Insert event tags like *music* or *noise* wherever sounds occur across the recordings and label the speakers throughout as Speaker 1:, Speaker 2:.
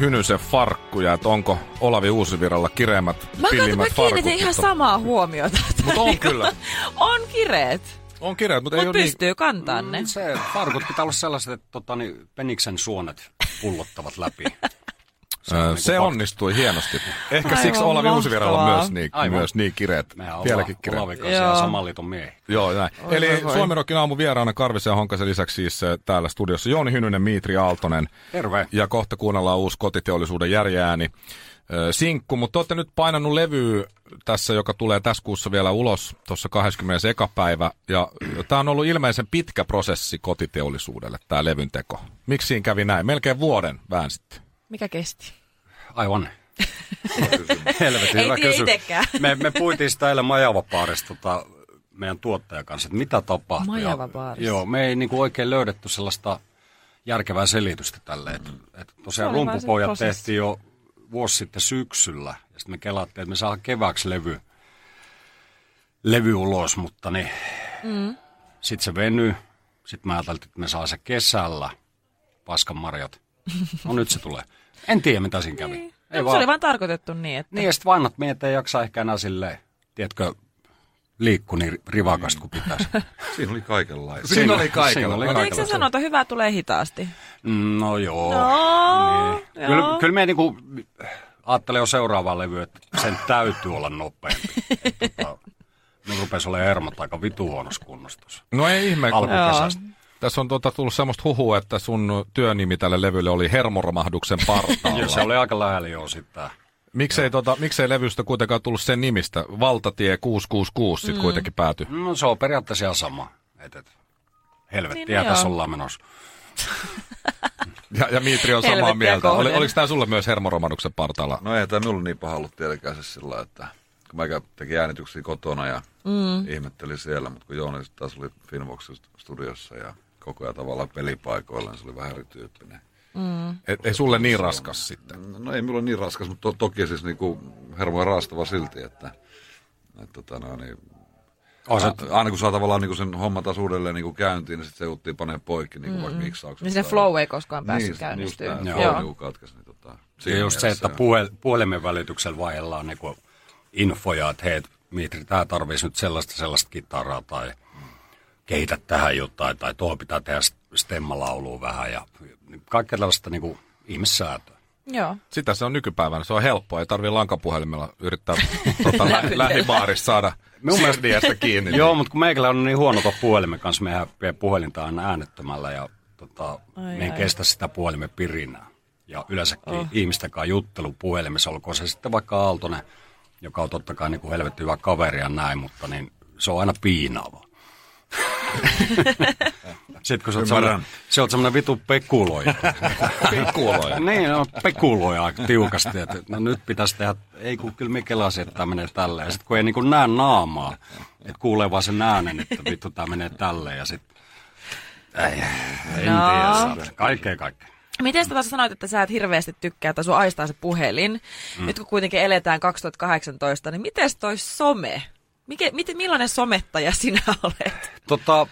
Speaker 1: Hynysen farkkuja, että onko Olavi Uusivirralla kireemmät,
Speaker 2: Mä, katson, mä
Speaker 1: pillimmät farkut.
Speaker 2: kiinnitin ihan
Speaker 1: mutta-
Speaker 2: samaa huomiota.
Speaker 1: Mut on kyllä.
Speaker 2: *laughs* on kireet,
Speaker 1: On kireet, mutta ei
Speaker 2: mutta
Speaker 1: ole niin.
Speaker 2: pystyy kantaa ne.
Speaker 3: Se farkut pitää olla sellaiset, että tota, niin, peniksen suonet pullottavat läpi.
Speaker 1: Ö,
Speaker 3: niinku
Speaker 1: Se
Speaker 3: fakta.
Speaker 1: onnistui hienosti. Ehkä
Speaker 2: Aivan
Speaker 1: siksi Olavi Uusivirralla
Speaker 2: mahtavaa.
Speaker 1: myös niin,
Speaker 3: Aivan.
Speaker 1: myös niin kireet.
Speaker 3: Mehän
Speaker 1: Vieläkin
Speaker 3: ollaan
Speaker 1: kireet.
Speaker 3: Olavikan ihan
Speaker 2: Joo.
Speaker 3: saman liiton miehiä.
Speaker 1: Joo, näin.
Speaker 2: Oi,
Speaker 1: Eli
Speaker 2: voi, voi.
Speaker 1: Suomirokin aamu vieraana Karvisen ja Honkasen lisäksi siis eh, täällä studiossa Jooni Hynynen, Miitri Aaltonen.
Speaker 3: Terve.
Speaker 1: Ja kohta kuunnellaan uusi kotiteollisuuden järjääni. Ö, Sinkku, mutta olette nyt painannut levyä tässä, joka tulee tässä kuussa vielä ulos, tuossa 21. päivä. Ja tämä on ollut ilmeisen pitkä prosessi kotiteollisuudelle, tämä levyn teko. Miksi siinä kävi näin? Melkein vuoden väänsitte.
Speaker 2: Mikä kesti? *laughs*
Speaker 3: Aivan. Helvetin
Speaker 2: Ei
Speaker 3: hyvä
Speaker 2: tiedä
Speaker 3: kysymys.
Speaker 2: itekään.
Speaker 3: Me, me puitiin sitä eilen Majavapaarissa tota, meidän tuottajan kanssa, että mitä tapahtui.
Speaker 2: Majavabaarissa.
Speaker 3: Ja- Joo, me ei niinku oikein löydetty sellaista järkevää selitystä tälle. Et, et tosiaan
Speaker 2: Mm. Se oli vaan se
Speaker 3: rumpupojat
Speaker 2: prosessi.
Speaker 3: tehtiin jo vuosi sitten syksyllä, ja sitten me kelattiin, että me saadaan kevääksi levy, levy ulos, mutta niin, mm. sitten se venyy. Sitten mä ajattelin, että me saa se kesällä, paskan marjat. No nyt se tulee. En tiedä, mitä siinä kävi. Ei
Speaker 2: Ei Niin. No, se oli vaan tarkoitettu niin, että...
Speaker 3: niin, ja sitten vanhat miehet ei jaksa ehkä enää silleen, tiedätkö, liikku niin rivakasta kuin
Speaker 2: *laughs*
Speaker 3: pitäisi.
Speaker 1: Siinä oli kaikenlaista.
Speaker 3: Siinä-
Speaker 1: Siinä oli
Speaker 3: siinä oli
Speaker 1: kaikenlaista.
Speaker 2: Mutta eikö se sano, että hyvää tulee hitaasti?
Speaker 3: Mm, No joo.
Speaker 2: No,
Speaker 3: niin. Kyllä, kyllä me niinku, ajattelee jo seuraavaa levyä, että sen täytyy olla nopeampi. Et tota, Mun rupesi olemaan hermot aika vitu huonossa kunnostossa.
Speaker 1: No ei ihme, kun
Speaker 3: Alkukesästä.
Speaker 1: tässä on tuota tullut semmoista huhua, että sun työnimi tälle levylle oli hermoromahduksen *laughs*
Speaker 3: Joo, se
Speaker 1: partaalla.
Speaker 3: oli aika lähellä jo sitä.
Speaker 1: miksei, tota, miksei levystä kuitenkaan tullut sen nimistä? Valtatie 666
Speaker 4: Mm.
Speaker 1: sitten kuitenkin päätyi.
Speaker 3: No se on periaatteessa ihan sama. Et, et, helvettiä,
Speaker 2: Niin, no
Speaker 3: tässä
Speaker 2: joo.
Speaker 3: ollaan menossa.
Speaker 1: Ja, ja Miitri on samaa
Speaker 2: Helvettiä
Speaker 1: mieltä. Oli,
Speaker 2: kohden.
Speaker 1: oliko tämä sulle myös hermoromahduksen partaalla?
Speaker 4: No ei tämä minulla niin paha ollut tietenkään se sillä lailla, että kun mä kä- tekin äänityksiä kotona ja mm. ihmettelin siellä, mutta kun Jooni sit taas oli Finvoxin st- studiossa ja koko ajan tavallaan pelipaikoilla, niin se oli vähän erityyppinen.
Speaker 1: Ei, ei sulle niin raskas sitten.
Speaker 4: No, no ei minulla niin raskas, mutta to, toki siis niinku hermoja raastava silti, että, että tota no, niin,
Speaker 3: On
Speaker 2: No.
Speaker 3: se,
Speaker 4: a, aina kun saa tavallaan niinku sen homman taas uudelleen niinku käyntiin, niin sitten se juttiin panee poikki niinku mm. vaikka miksauksesta.
Speaker 2: Niin se flow ei koskaan päässyt käynnistyä.
Speaker 4: Niin, just
Speaker 2: Joo.
Speaker 4: tää, niinku katkes, niin tota,
Speaker 3: ja
Speaker 4: siinä
Speaker 3: just se,
Speaker 4: mielessä
Speaker 3: että puhe, puhelimen välityksellä vaihdellaan niinku infoja, että hei, Mitri, tämä tarvitsisi nyt sellaista, sellaista kitaraa tai kehitä tähän jotain, tai tuohon pitää tehdä stemmalaulua vähän ja kaikkea tällaista niinku ihmissäätöä.
Speaker 2: Joo.
Speaker 1: Sitä se on nykypäivänä. Se on helppoa. Ei tarvitse lankapuhelimella
Speaker 4: *laughs*
Speaker 1: yrittää tota, lä- lähibaarissa saada
Speaker 3: Minun mielestä-
Speaker 1: sirdiästä kiinni.
Speaker 3: Joo, mutta kun meikällä on niin huono tuo puhelimen kanssa, mehän vie puhelinta aina äänettömällä ja tota, me ei kestä sitä puhelimen pirinää. Ja yleensäkin oh. ihmisten kanssa juttelu puhelimessa, olkoon se sitten vaikka Aaltonen, joka on totta kai niin kuin helvetti hyvä kaveri ja näin, mutta niin se on aina piinaava. sitten kun sä oot
Speaker 4: Ymmärrän.
Speaker 3: semmoinen, se on semmoinen vitu pekuloija. *laughs*
Speaker 1: Pikkuoloja.
Speaker 3: niin, no, pekuloja aika tiukasti, että no nyt pitäisi tehdä, ei kun kyllä me kelasin, että tämä menee tälleen. Sitten kun ei niin kuin näe naamaa, että kuulee vaan sen äänen, että vittu tämä menee tälleen ja sitten, ei, en
Speaker 2: No.
Speaker 3: tiedä, saatana. kaikkea kaikkea.
Speaker 2: Miten sä taas sanoit, että sä et hirveästi tykkää, että sun aistaa se puhelin? Mm. Nyt kun kuitenkin eletään 2018, niin miten toi some? Mikä, mit, millainen somettaja sinä olet?
Speaker 3: Tota,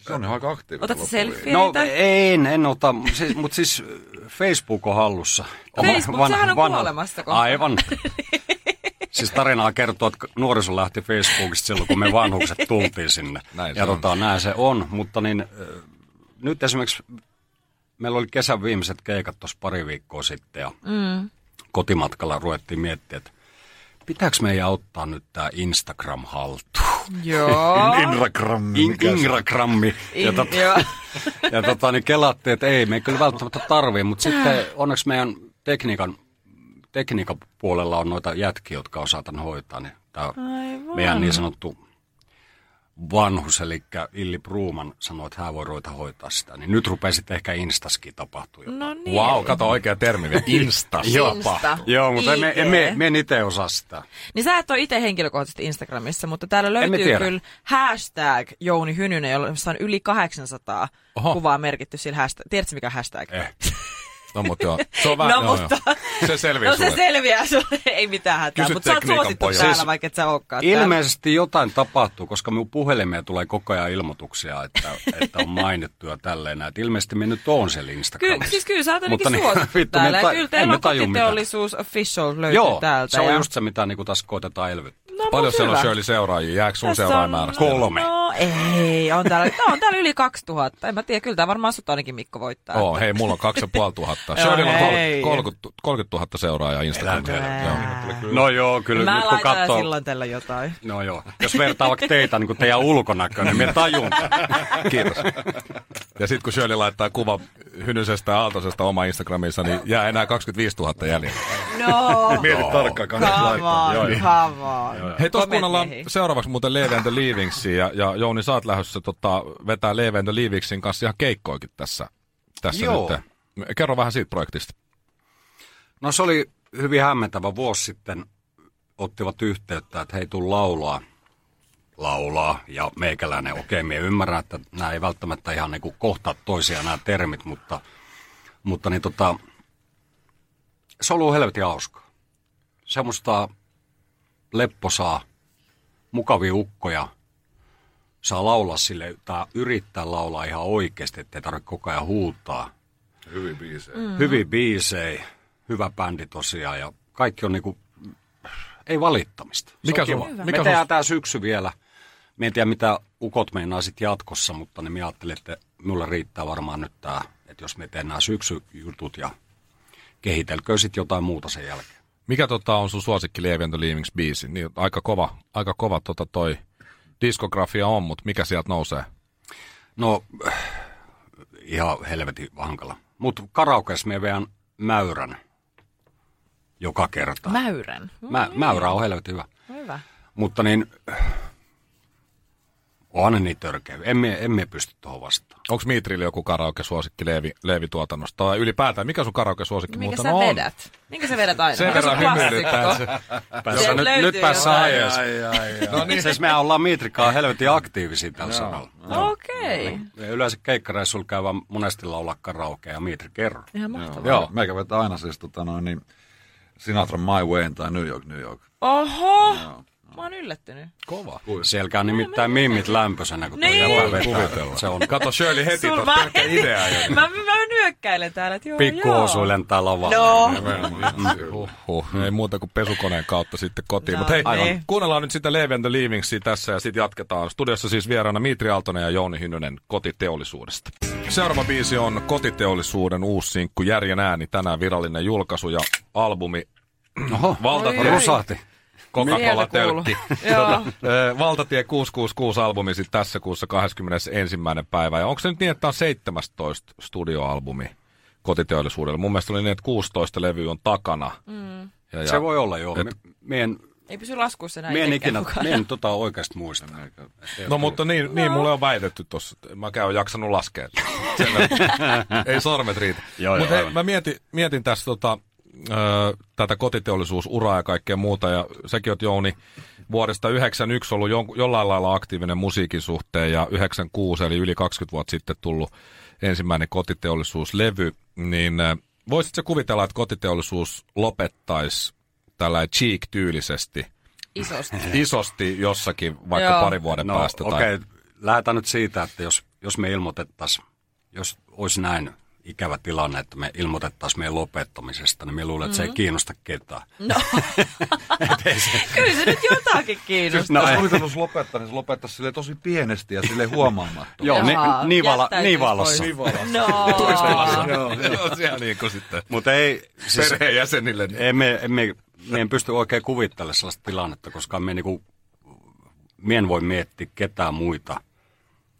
Speaker 4: Se on ihan aika aktiivinen.
Speaker 2: Otat sä
Speaker 4: loppujen
Speaker 2: selfie?
Speaker 3: no
Speaker 2: Pientä.
Speaker 3: en, en ota, siis, mutta siis Facebook on hallussa.
Speaker 2: Facebook, sehän on kuolemassa kohta.
Speaker 3: Aivan. Siis tarinaa kertoo, että nuoriso lähti Facebookista silloin, kun me vanhukset tultiin sinne.
Speaker 1: Näin se
Speaker 3: ja
Speaker 1: on.
Speaker 3: tota, näin se on, mutta niin, ö, nyt esimerkiksi meillä oli kesän viimeiset keikat tuossa pari viikkoa sitten ja mm. kotimatkalla ruvettiin miettiä, että pitääkö meidän ottaa nyt tämä Instagram haltuun.
Speaker 2: Joo.
Speaker 4: Inragram.
Speaker 3: In- Ingrammi. Ja tota,
Speaker 2: Joo.
Speaker 3: *laughs* ja tota, niin kelattiin, että ei, me ei kyllä välttämättä tarvii,
Speaker 2: Ah.
Speaker 3: mutta sitten onneksi meidän tekniikan, tekniikan puolella on noita jätkiä, jotka on saatan hoitaa, niin tämä
Speaker 2: Aivan.
Speaker 3: meidän niin sanottu vanhus, eli Illi Pruuman, sanoi, että hän voi ruveta hoitaa sitä. Niin nyt rupeaa sitten ehkä Instaskin tapahtuu jotain.
Speaker 2: No niin.
Speaker 1: Wow, kato oikea termi vielä. Insta.
Speaker 2: Insta.
Speaker 3: Joo, mutta emme,
Speaker 2: IG.
Speaker 3: emme, emme, en itse osaa sitä.
Speaker 2: Niin sä et ole itse henkilökohtaisesti Instagramissa, mutta täällä
Speaker 3: En mä
Speaker 2: löytyy
Speaker 3: tiedä.
Speaker 2: kyllä hashtag Jouni Hynynen, jolla jossa on yli 800
Speaker 1: Oho.
Speaker 2: kuvaa merkitty sillä hashtag. Tiedätkö mikä on hashtag?
Speaker 3: Eh.
Speaker 1: No, mutta joo. Se on vähän,
Speaker 2: No,
Speaker 1: joo,
Speaker 2: mutta-
Speaker 1: joo. Se selviää
Speaker 2: No
Speaker 1: sulle.
Speaker 2: se selviää sulle, *laughs* ei mitään hätää,
Speaker 1: Kysy
Speaker 2: mutta sä oot
Speaker 1: tekniikan
Speaker 2: suosittu
Speaker 1: pojalta.
Speaker 2: täällä,
Speaker 1: Siis
Speaker 2: vaikka et sä olekaan täällä.
Speaker 3: Ilmeisesti jotain tapahtuu, koska minun puhelimeen tulee koko ajan ilmoituksia, että, että on mainittu ja tälleen. näin. Että ilmeisesti minä nyt on siellä
Speaker 2: Ky-
Speaker 3: Instagramissa.
Speaker 2: siis kyllä sä oot
Speaker 3: Mutta niin,
Speaker 2: ainakin
Speaker 3: *laughs*
Speaker 2: suosittu
Speaker 3: vittu,
Speaker 2: täällä.
Speaker 3: minä
Speaker 2: Ja
Speaker 3: ta-
Speaker 2: kyllä
Speaker 3: en
Speaker 2: teillä
Speaker 3: mä
Speaker 2: on
Speaker 3: taju mitään.
Speaker 2: kotiteollisuus official löytyy
Speaker 3: Joo,
Speaker 2: täältä.
Speaker 3: se on
Speaker 2: ja-
Speaker 3: just se, mitä niinku tässä koitetaan elvyttää.
Speaker 2: No, mut
Speaker 1: Paljon siellä on
Speaker 2: hyvä.
Speaker 1: Shirley seuraajia? Jääkö sun
Speaker 2: Tässä on-
Speaker 1: seuraajamäärästä?
Speaker 3: Kolme.
Speaker 2: No ei, on täällä, no, on täällä yli 2000. En mä tiedä, kyllä tää varmaan sut ainakin Mikko voittaa.
Speaker 1: Oo, hei, mulla on 2500.
Speaker 2: Joo,
Speaker 1: Shirleyllä on
Speaker 2: hei.
Speaker 1: 30, 30 000 seuraajaa Instagramissa.
Speaker 3: Elä, elä.
Speaker 1: Joo.
Speaker 3: No joo, kyllä
Speaker 2: Niin Mä
Speaker 3: nyt kun
Speaker 2: laitan
Speaker 3: katsoo...
Speaker 2: silloin tällä jotain.
Speaker 3: No joo, jos vertaa vaikka teitä niin kuin teidän ulkonäköä, niin minä tajun.
Speaker 1: Kiitos. Ja sitten kun Shirley laittaa kuva Hynysestä ja Aaltosesta oma Instagramissa, niin jää enää 25 000 jäljellä.
Speaker 2: No,
Speaker 4: Mieti tarkkaan, kannattaa
Speaker 2: come
Speaker 4: laittaa. Joo,
Speaker 2: on,
Speaker 4: joo.
Speaker 2: come on.
Speaker 1: Hei, tuossa
Speaker 2: Komeet
Speaker 1: kuunnellaan
Speaker 2: miehiä.
Speaker 1: seuraavaksi muuten Leave and the Leavingsia, ja, ja Jouni, sä oot lähdössä tota, vetää Leave and the Leavingsin kanssa ihan keikkoikin tässä, tässä
Speaker 3: Joo.
Speaker 1: nyt. Kerro vähän siitä projektista.
Speaker 3: No se oli hyvin hämmentävä vuosi sitten. Ottivat yhteyttä, että hei, tuu laulaa. Laulaa ja meikäläinen, okei, minä ymmärrän, että nämä ei välttämättä ihan niin kohtaa toisiaan nämä termit, mutta, mutta niin tota, se on ollut helvetin hauskaa. Semmoista lepposaa, mukavia ukkoja. Saa laulaa sille, tai yrittää laulaa ihan oikeasti, ettei tarvitse koko ajan huutaa
Speaker 4: Hyvin biisejä.
Speaker 3: hyviä biisejä, hyvä bändi tosiaan ja kaikki on niinku, ei valittamista. Se
Speaker 1: Mikä
Speaker 3: on
Speaker 1: sun-
Speaker 3: kiva.
Speaker 1: mikä
Speaker 3: Me
Speaker 1: sun-
Speaker 3: tehdään tää syksy vielä. Mä en tiedä mitä ukot meinaa sit jatkossa, mutta niin mä ajattelin, että mulle riittää varmaan nyt tää, että jos me tehdään nämä syksyjutut ja kehitelkö sit jotain muuta sen jälkeen.
Speaker 1: Mikä tota, on sun suosikki Leave and the Leavings biisi? Niin, aika kova, aika kova tota, toi diskografia on, mutta mikä sieltä nousee?
Speaker 3: No, ihan helvetin hankala. Mutta karaokeessa me veän mäyrän joka kerta. Mä...
Speaker 2: Mäyrän.
Speaker 3: Mä, mäyrä on helvetin hyvä.
Speaker 2: Hyvä.
Speaker 3: Mutta niin, onhan ne niin törkeä. Emme, emme pysty tuohon vastaan.
Speaker 1: Onko Miitrille joku karaoke-suosikki Leevi, Leevi-tuotannosta? Tai ylipäätään, mikä sun karaoke-suosikki
Speaker 2: Minkä
Speaker 1: muuten
Speaker 2: sä
Speaker 1: on?
Speaker 2: vedät? Minkä sä vedät aina?
Speaker 1: Sen
Speaker 2: Mikä sun
Speaker 1: verran hymyilyttää
Speaker 2: klassikko?
Speaker 1: se.
Speaker 2: Sieltä
Speaker 3: nyt,
Speaker 2: löytyy
Speaker 3: nyt päässä
Speaker 2: jotain.
Speaker 3: aiheessa.
Speaker 4: Ai, ai, ai.
Speaker 3: No niin. Itse asiassa mehän ollaan Miitrikaan helvetin aktiivisia tällä sanalla.
Speaker 2: Okei.
Speaker 3: Me Yleensä keikkareissulla käydään monesti laulaa karaokea ja Miitri kerran.
Speaker 2: Ihan mahtavaa.
Speaker 4: Joo. Meikä vetää aina siis tota noin niin Sinatra My Wayn tai New York, New York.
Speaker 2: Oho! Mä oon yllättynyt.
Speaker 1: Kova.
Speaker 3: Siellä käy nimittäin mimmit lämpöisenä, kun tuo
Speaker 2: Niin.
Speaker 3: jäpä vetää.
Speaker 1: Kuvitella.
Speaker 3: Se on
Speaker 1: Kato Shirley heti
Speaker 2: Sul
Speaker 1: tuossa
Speaker 2: vaan
Speaker 1: pelkkä
Speaker 2: heti-
Speaker 1: idea. jo.
Speaker 2: Mä, mä nyökkäilen täällä, että joo,
Speaker 3: pikkuhosui
Speaker 2: joo.
Speaker 3: lentää lavalle.
Speaker 2: No.
Speaker 1: Huh, ei muuta kuin pesukoneen kautta sitten kotiin.
Speaker 2: No
Speaker 1: Mutta hei,
Speaker 2: Aivan.
Speaker 1: aivan. kuunnellaan nyt sitä Leave and the Leavingsia tässä ja sitten jatketaan. Studiossa siis vieraana Mitri Aaltonen ja Jouni Hynynen kotiteollisuudesta. Seuraava biisi on kotiteollisuuden uusi sinkku Järjen ääni, tänään virallinen julkaisu ja albumi
Speaker 3: Oho,
Speaker 1: Valtatie.
Speaker 2: Oi, oi.
Speaker 3: rusahti.
Speaker 1: Coca-Cola
Speaker 2: Sieltä kuuluu.
Speaker 1: tölkki.
Speaker 2: *laughs* Joo.
Speaker 1: Tota, ö, Valtatie 666 albumi sitten tässä kuussa 21. päivä. Ja onko se nyt niin, että tämä on 17 studioalbumi kotiteollisuudelle? Mun mielestä oli niin, että 16 levyä on takana. Mm. Ja, ja,
Speaker 3: Se voi olla, joo.
Speaker 1: Et-
Speaker 3: Me- me en-
Speaker 2: Ei pysy laskuussa näin
Speaker 3: me en
Speaker 2: itsekään
Speaker 3: ikinä,
Speaker 2: kukaan.
Speaker 3: me en tota oikeasti muista.
Speaker 1: No mutta niin, niin mulle on väitetty tossa. että Mä käyn jaksanut laskea. *laughs* Sen verran. Ei sormet riitä.
Speaker 3: Joo, joo,
Speaker 1: Mutta hei,
Speaker 3: aivan.
Speaker 1: mä mietin, mietin tässä tota, ö, tätä kotiteollisuusuraa ja kaikkea muuta. Ja säkin oot Jouni vuodesta 91 ollut jon, jollain lailla aktiivinen musiikin suhteen ja 96 eli yli 20 vuotta sitten tullut ensimmäinen kotiteollisuuslevy. Niin ö, voisitko kuvitella, että kotiteollisuus lopettaisi tällä cheek-tyylisesti
Speaker 2: Isosti. *laughs*
Speaker 1: isosti jossakin vaikka
Speaker 2: Joo.
Speaker 1: parin vuoden päästä? tai-
Speaker 3: No, Okei, okay. lähdetään nyt siitä, että jos, jos me ilmoitettaisiin, jos olisi näin ikävä tilanne, että me ilmoitettaisiin meidän lopettamisesta, niin me luulen, että
Speaker 2: Mm.
Speaker 3: se ei kiinnosta ketään.
Speaker 2: Kyllä se nyt jotakin kiinnostaa.
Speaker 3: No,
Speaker 4: No,
Speaker 3: ei.
Speaker 4: jos kuvitellus lopettaa, niin se lopettaa sille tosi pienesti ja sille huomaamatta.
Speaker 3: Joo, ni,
Speaker 2: Jaha,
Speaker 3: nivala,
Speaker 2: jättäytyisi
Speaker 3: nivalassa.
Speaker 2: pois. No.
Speaker 1: *laughs* Joo, siellä niin kuin sitten
Speaker 3: Mutta ei, siis,
Speaker 1: perheenjäsenille. Niin.
Speaker 3: emme, emme, me en pysty oikein kuvittelemaan sellaista tilannetta, koska me, niinku, me en voi miettiä ketään muita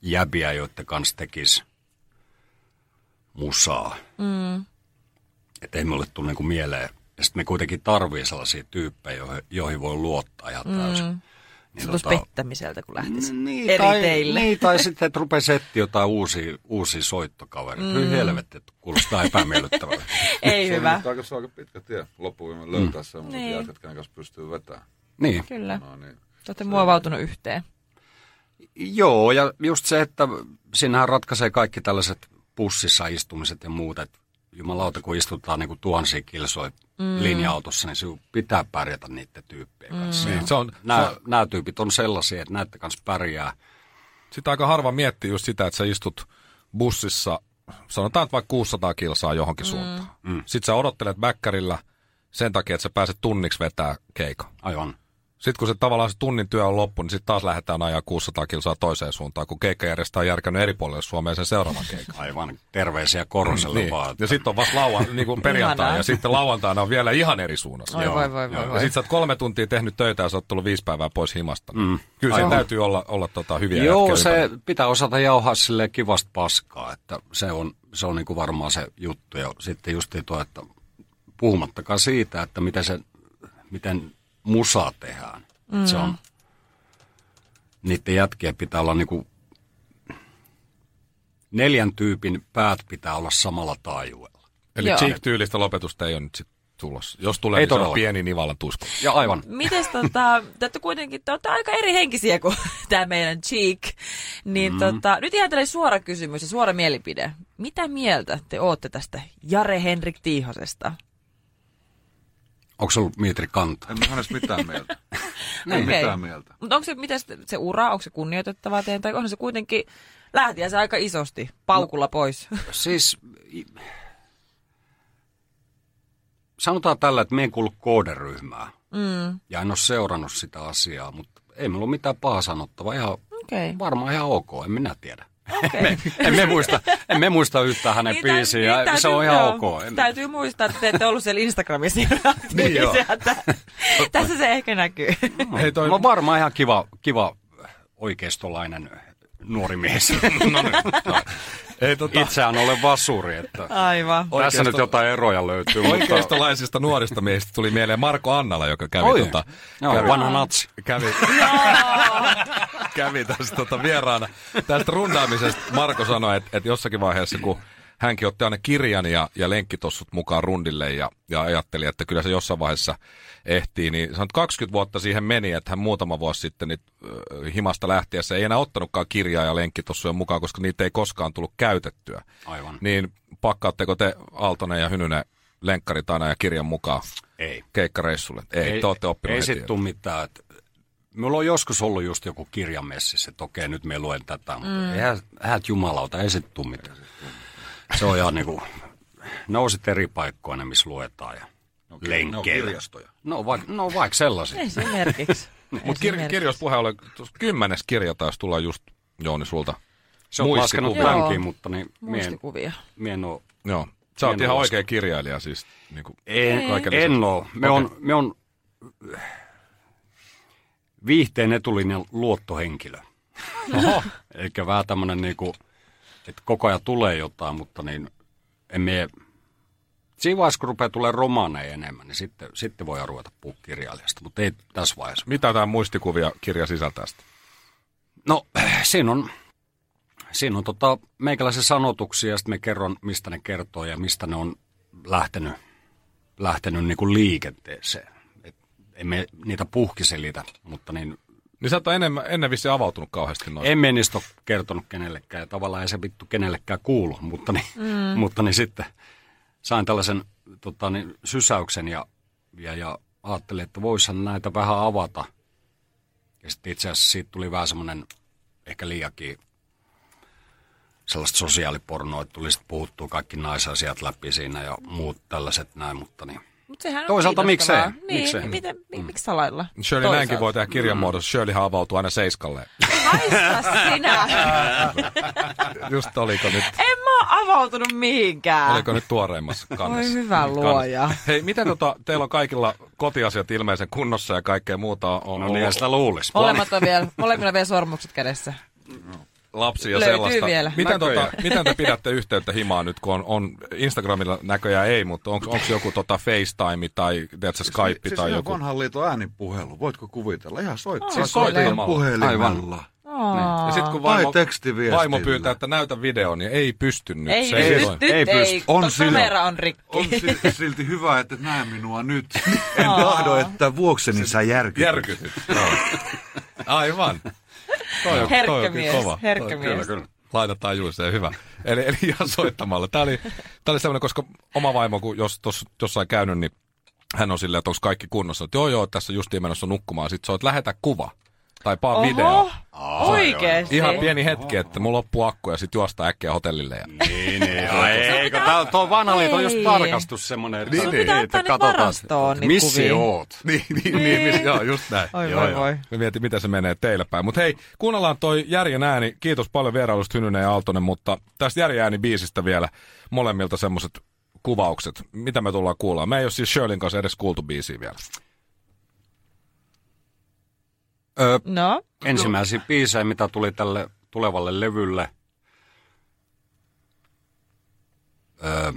Speaker 3: jäbiä, joiden kanssa tekisi musaa. Mm. Että ei mulle tule niinku mieleen. Ja sitten me kuitenkin tarvii sellaisia tyyppejä, joihin, joihin voi luottaa ihan täysin. Mm.
Speaker 2: tuntuisi pettämiseltä, kun lähtisi
Speaker 3: Niin,
Speaker 2: eri
Speaker 3: tai,
Speaker 2: teille.
Speaker 3: Niin, tai sitten, että rupesi etsiä jotain uusia, uusia soittokavereita. Mm. Hyi helvetti, että kuulostaa *laughs* epämiellyttävältä.
Speaker 2: Ei
Speaker 4: Se on niin
Speaker 2: hyvä.
Speaker 4: nyt aika, se on aika pitkä tie loppuviimein löytää mm. semmoiset
Speaker 2: Niin.
Speaker 4: niin. jätkät, kenen kanssa pystyy vetämään.
Speaker 3: niin.
Speaker 2: Kyllä.
Speaker 4: No niin.
Speaker 2: Te olette muovautunut yhteen.
Speaker 3: Joo, ja just se, että sinähän ratkaisee kaikki tällaiset pussissa istumiset ja muut. Että jumalauta, kun istutaan niin kuin tuhansia kilsoja mm. linja-autossa, niin sinun pitää pärjätä niiden tyyppien kanssa.
Speaker 1: Niin, se on,
Speaker 3: Nämä, nämä tyypit on sellaisia, että näiden kanssa pärjää.
Speaker 1: sitä aika harva miettii just sitä, että sä istut bussissa, sanotaan että vaikka 600 kilsaa johonkin mm. suuntaan. Mm. Sitten sä odottelet väkkärillä sen takia, että sä pääset tunniksi vetää keikan.
Speaker 3: Aivan.
Speaker 1: Sitten kun se tavallaan se tunnin työ on loppu, niin sitten taas lähdetään ajaa 600 kilsaa toiseen suuntaan, kun keikka järjestää järkännyt eri puolille Suomeen sen *laughs* seuraavan keikan.
Speaker 3: Aivan terveisiä koroselle
Speaker 1: Niin.
Speaker 3: vaan.
Speaker 1: Ja sitten on vasta lauan, niin kuin perjantai,
Speaker 2: Ihanaa.
Speaker 1: ja sitten lauantaina on vielä ihan eri suunnassa.
Speaker 2: Oi
Speaker 3: Joo,
Speaker 2: voi voi voi.
Speaker 1: Ja sit sä oot kolme tuntia tehnyt töitä ja sä oot tullut viisi päivää pois himasta. Mm. Kyllä se
Speaker 3: Aivan.
Speaker 1: täytyy olla, olla tota hyviä
Speaker 3: Joo,
Speaker 1: jätkiä
Speaker 3: se
Speaker 1: ympärillä.
Speaker 3: pitää osata jauhaa sille kivasta paskaa, että se on, se on niin kuin varmaan se juttu. Ja sitten just tuo, että puhumattakaan siitä, että miten, se, miten musaa tehdään. Mm. Se on, niiden jätkien pitää olla niin kuin, neljän tyypin päät pitää olla samalla taajuudella.
Speaker 1: Eli
Speaker 2: Joo.
Speaker 1: cheek-tyylistä lopetusta ei ole nyt sit tulossa. Jos tulee,
Speaker 3: Ei
Speaker 1: niin se on
Speaker 3: todellakaan.
Speaker 1: pieni nivalan tusku.
Speaker 3: Ja aivan.
Speaker 2: Mites tota, te olette kuitenkin te olette aika eri henkisiä kuin *laughs* tämä meidän Cheek. Niin mm. tota, nyt ihan tällainen suora kysymys ja suora mielipide. Mitä mieltä te ootte tästä Jare Henrik Tiihosesta?
Speaker 3: Onko se ollut Miitri Kanta?
Speaker 4: En mä hänestä
Speaker 1: *laughs*
Speaker 4: mitään mieltä. Ei
Speaker 2: Okei.
Speaker 4: mitään mieltä.
Speaker 2: Mutta onko se, mitäs te- se ura, onko se kunnioitettavaa teidän, tai onhan se kuitenkin, lähtiä se aika isosti, paukulla pois.
Speaker 4: No.
Speaker 3: Siis i- sanotaan tällä, että me en kuulu kooderyhmää. Mm. Ja en ole seurannut sitä asiaa, mutta ei mulla ole mitään paha sanottavaa. Ihan,
Speaker 2: *laughs* Okei.
Speaker 3: Varmaan ihan ok, en minä tiedä.
Speaker 2: Okei.
Speaker 3: en, me muista, en me muista yhtään hänen
Speaker 2: Niin,
Speaker 3: niin,
Speaker 2: tä-
Speaker 3: biisiä,
Speaker 2: niin,
Speaker 3: se on ihan
Speaker 2: joo.
Speaker 3: ok. En,
Speaker 2: Täytyy muistaa, että te ette ollut siellä
Speaker 3: *laughs*
Speaker 2: Instagramissa
Speaker 3: Niin joo. Mm.
Speaker 2: aktiivisia. Tä- Tässä se ehkä näkyy.
Speaker 3: Hei, toi... on varmaan ihan kiva, kiva oikeistolainen nuori mies. *laughs* no,
Speaker 1: Ei, tota,
Speaker 3: Itseään olen vasuri, että
Speaker 2: Aivan.
Speaker 3: tässä nyt
Speaker 1: Oikeisto-
Speaker 3: jotain eroja löytyy. mutta...
Speaker 1: oikeistolaisista nuorista miehistä tuli mieleen Marko Annala, joka kävi,
Speaker 3: Oi.
Speaker 1: tota,
Speaker 3: Joo,
Speaker 1: kävi,
Speaker 3: vanha natsi.
Speaker 1: kävi, kävi tässä tota vieraana. Tästä rundaamisesta Marko sanoi, että, että jossakin vaiheessa, kun hänkin otti aina kirjan ja, ja lenkkitossut mukaan rundille ja, ja ajatteli, että kyllä se jossain vaiheessa ehtii, niin sanoi, että 20 vuotta siihen meni, että hän muutama vuosi sitten niin, äh, himasta lähtiessä ei enää ottanutkaan kirjaa ja lenkkitossuja mukaan, koska niitä ei koskaan tullut käytettyä.
Speaker 3: Aivan.
Speaker 1: Niin pakkaatteko te Aaltonen ja Hynynen lenkkarit aina ja kirjan mukaan
Speaker 3: Ei.
Speaker 1: keikkareissulle? Ei, ei te olette oppinut
Speaker 3: Ei
Speaker 1: heti.
Speaker 3: sit tuu mitään. että Mulla on joskus ollut just joku kirjamessi, että okei, nyt me luen tätä, mutta mm. eihän, eihän jumalauta, ei sit tuu mitään. Se on ihan niinku, nousit eri paikkoina, missä luetaan ja no,
Speaker 4: Ne on
Speaker 3: lenkkeillä.
Speaker 4: kirjastoja.
Speaker 3: No, vaikka, no vaikka sellaisia.
Speaker 2: Esimerkiksi.
Speaker 1: Mutta kir- kirjoissa puheen ollen, tuossa kymmenes kirja taisi tulla just Jooni sulta.
Speaker 3: Se on laskenut
Speaker 1: muistikuvia.
Speaker 2: Joo.
Speaker 3: länkiin, mutta niin, mie en,
Speaker 2: Muistikuvia.
Speaker 3: mie en oo,
Speaker 1: Joo. Sä oot
Speaker 3: Hieno
Speaker 1: ihan
Speaker 3: lasku.
Speaker 1: oikea kirjailija siis. Niin kuin,
Speaker 3: en,
Speaker 1: kaiken lisäksi.
Speaker 3: en oo. Me on, me on viihteen etulinen luottohenkilö. *laughs*
Speaker 1: Oho,
Speaker 3: Eli vähän tämmöinen, niinku, että koko ajan tulee jotain, mutta niin emme... Siinä vaiheessa, kun rupeaa tulemaan romaaneja enemmän, niin sitten, sitten voi ruveta puhua kirjailijasta, mutta ei tässä vaiheessa.
Speaker 1: mitä tämä muistikuvia kirja sisältää sitten?
Speaker 3: No, *clears throat* siinä on, siinä on tota, meikäläisen sanotuksia, ja sitten me kerron, mistä ne kertoo ja mistä ne on lähtenyt, lähtenyt niinku liikenteeseen. Et emme niitä puhkiselitä, mutta niin
Speaker 1: Niin sä et ole enemmän, ennen vissiin avautunut kauheasti noin.
Speaker 3: En menistä ole kertonut kenellekään ja tavallaan ei se vittu kenellekään kuulu, mutta niin, mm. mutta niin sitten sain tällaisen tota, niin, sysäyksen ja, ja, ja ajattelin, että voisihan näitä vähän avata. Ja sitten itse asiassa siitä tuli vähän semmoinen ehkä liiakin sellaista sosiaalipornoa, että tuli sitten puhuttua kaikki naisasiat läpi siinä ja muut tällaiset näin, mutta niin.
Speaker 2: Mut sehän on
Speaker 3: Toisaalta
Speaker 2: kiinnostavaa.
Speaker 3: miksei?
Speaker 2: Niin,
Speaker 3: Miksei? Mm.
Speaker 2: Miten, mi, miksi salailla?
Speaker 1: Niin Shirley
Speaker 2: Toisaalta.
Speaker 1: näinkin voi tehdä kirjan muodossa. Shirleyhän avautuu aina seiskalle.
Speaker 2: Haista sinä!
Speaker 3: *laughs*
Speaker 1: Just oliko nyt,
Speaker 2: en mä oo avautunut mihinkään.
Speaker 1: oliko nyt tuoreimmassa kannessa.
Speaker 2: Oi hyvä luoja.
Speaker 1: Hei, mitä tota, teillä on kaikilla kotiasiat ilmeisen kunnossa ja kaikkea muuta on
Speaker 3: No niin, sitä luulisi.
Speaker 2: Molemmat on vielä, molemmilla vielä sormukset kädessä.
Speaker 1: lapsia
Speaker 2: Löytyy
Speaker 1: sellaista.
Speaker 2: vielä.
Speaker 1: Miten,
Speaker 4: Näköjään.
Speaker 1: tota, *laughs* miten te pidätte yhteyttä himaan nyt, kun on, on Instagramilla näköjään ei, mutta onko joku tota FaceTime tai tiedätkö, Skype
Speaker 4: siis
Speaker 1: tai
Speaker 4: ihan
Speaker 1: joku?
Speaker 4: vanhan liiton äänipuhelu, voitko kuvitella? Ihan soit,
Speaker 2: Aa,
Speaker 4: siis
Speaker 1: soittamalla.
Speaker 4: soittamalla.
Speaker 3: Aivan.
Speaker 4: puhelimella.
Speaker 3: Niin.
Speaker 1: Ja sitten kun
Speaker 4: Tai
Speaker 1: vaimo,
Speaker 4: tekstiviestillä.
Speaker 1: vaimo pyytää, että näytä video, niin ei pysty nyt.
Speaker 2: Ei,
Speaker 1: se
Speaker 2: ei,
Speaker 1: ei
Speaker 2: nyt,
Speaker 1: voi.
Speaker 2: nyt ei,
Speaker 3: Ei
Speaker 2: ei
Speaker 3: pysty.
Speaker 2: on
Speaker 4: On sillä.
Speaker 2: kamera on rikki.
Speaker 4: On silti, silti hyvä, että et näe minua nyt. En tahdo, että vuokseni sä järkytyt.
Speaker 1: Järkytyt. No. Aivan. Toi on, toi
Speaker 2: Herkkä
Speaker 1: on kyllä
Speaker 2: mies,
Speaker 1: kova.
Speaker 2: herkkä
Speaker 1: Toi-
Speaker 2: mies.
Speaker 1: Kyllä, kyllä. Lainataan Juiseen, hyvä. Eli, eli ihan soittamalla. Tämä oli, tää oli sellainen, koska oma vaimo, kun jos tos, jossain käynyt, niin hän on silleen, että onko kaikki kunnossa. Että joo, joo, tässä justiin menossa nukkumaan. Sitten soit, lähetä kuva tai paa
Speaker 2: Oho,
Speaker 1: video.
Speaker 2: oikeesti.
Speaker 1: Ihan pieni hetki, että mulla loppuu akku ja sitten juosta äkkiä hotellille. Ja...
Speaker 3: Niin, niin. Ai, ei, kun tää, tuo vanha liitto on just
Speaker 2: Ei.
Speaker 3: tarkastus semmoinen, että,
Speaker 2: Sun pitää ottaa nyt varastoon niitä
Speaker 3: missä *laughs*
Speaker 2: kuvia.
Speaker 3: oot.
Speaker 1: niin, niin, niin, niin, joo, just näin.
Speaker 2: Oi,
Speaker 3: Joo,
Speaker 2: voi,
Speaker 3: joo.
Speaker 2: voi.
Speaker 1: Mä mietin, miten Niin se menee teillä päin. Mutta hei, kuunnellaan toi Järjen ääni. Kiitos paljon vierailusta Hynynen ja Aaltonen, mutta tästä Järjen ääni biisistä vielä molemmilta semmoset kuvaukset, mitä me tullaan kuulemaan. Me ei ole siis Shirleyn kanssa edes kuultu biisiä vielä.
Speaker 3: Ö,
Speaker 2: No,
Speaker 3: ensimmäisiä biisejä, mitä tuli tälle tulevalle levylle. Öö,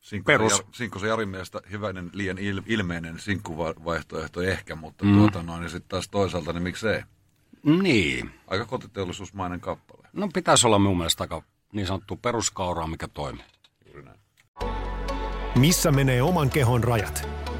Speaker 4: Sinkkosen,
Speaker 3: Perus.
Speaker 4: Jar- Sinkkosen Jarin mielestä hyväinen, liian il, ilmeinen sinkkuvaihtoehto ehkä, mutta mm. tuota noin, ja sitten taas toisaalta, niin miksei.
Speaker 3: niin,
Speaker 4: Aika kotiteollisuusmainen kappale.
Speaker 3: no pitäisi olla mun mielestä aika niin sanottu peruskauraa, mikä toimii.
Speaker 5: Missä menee oman kehon rajat?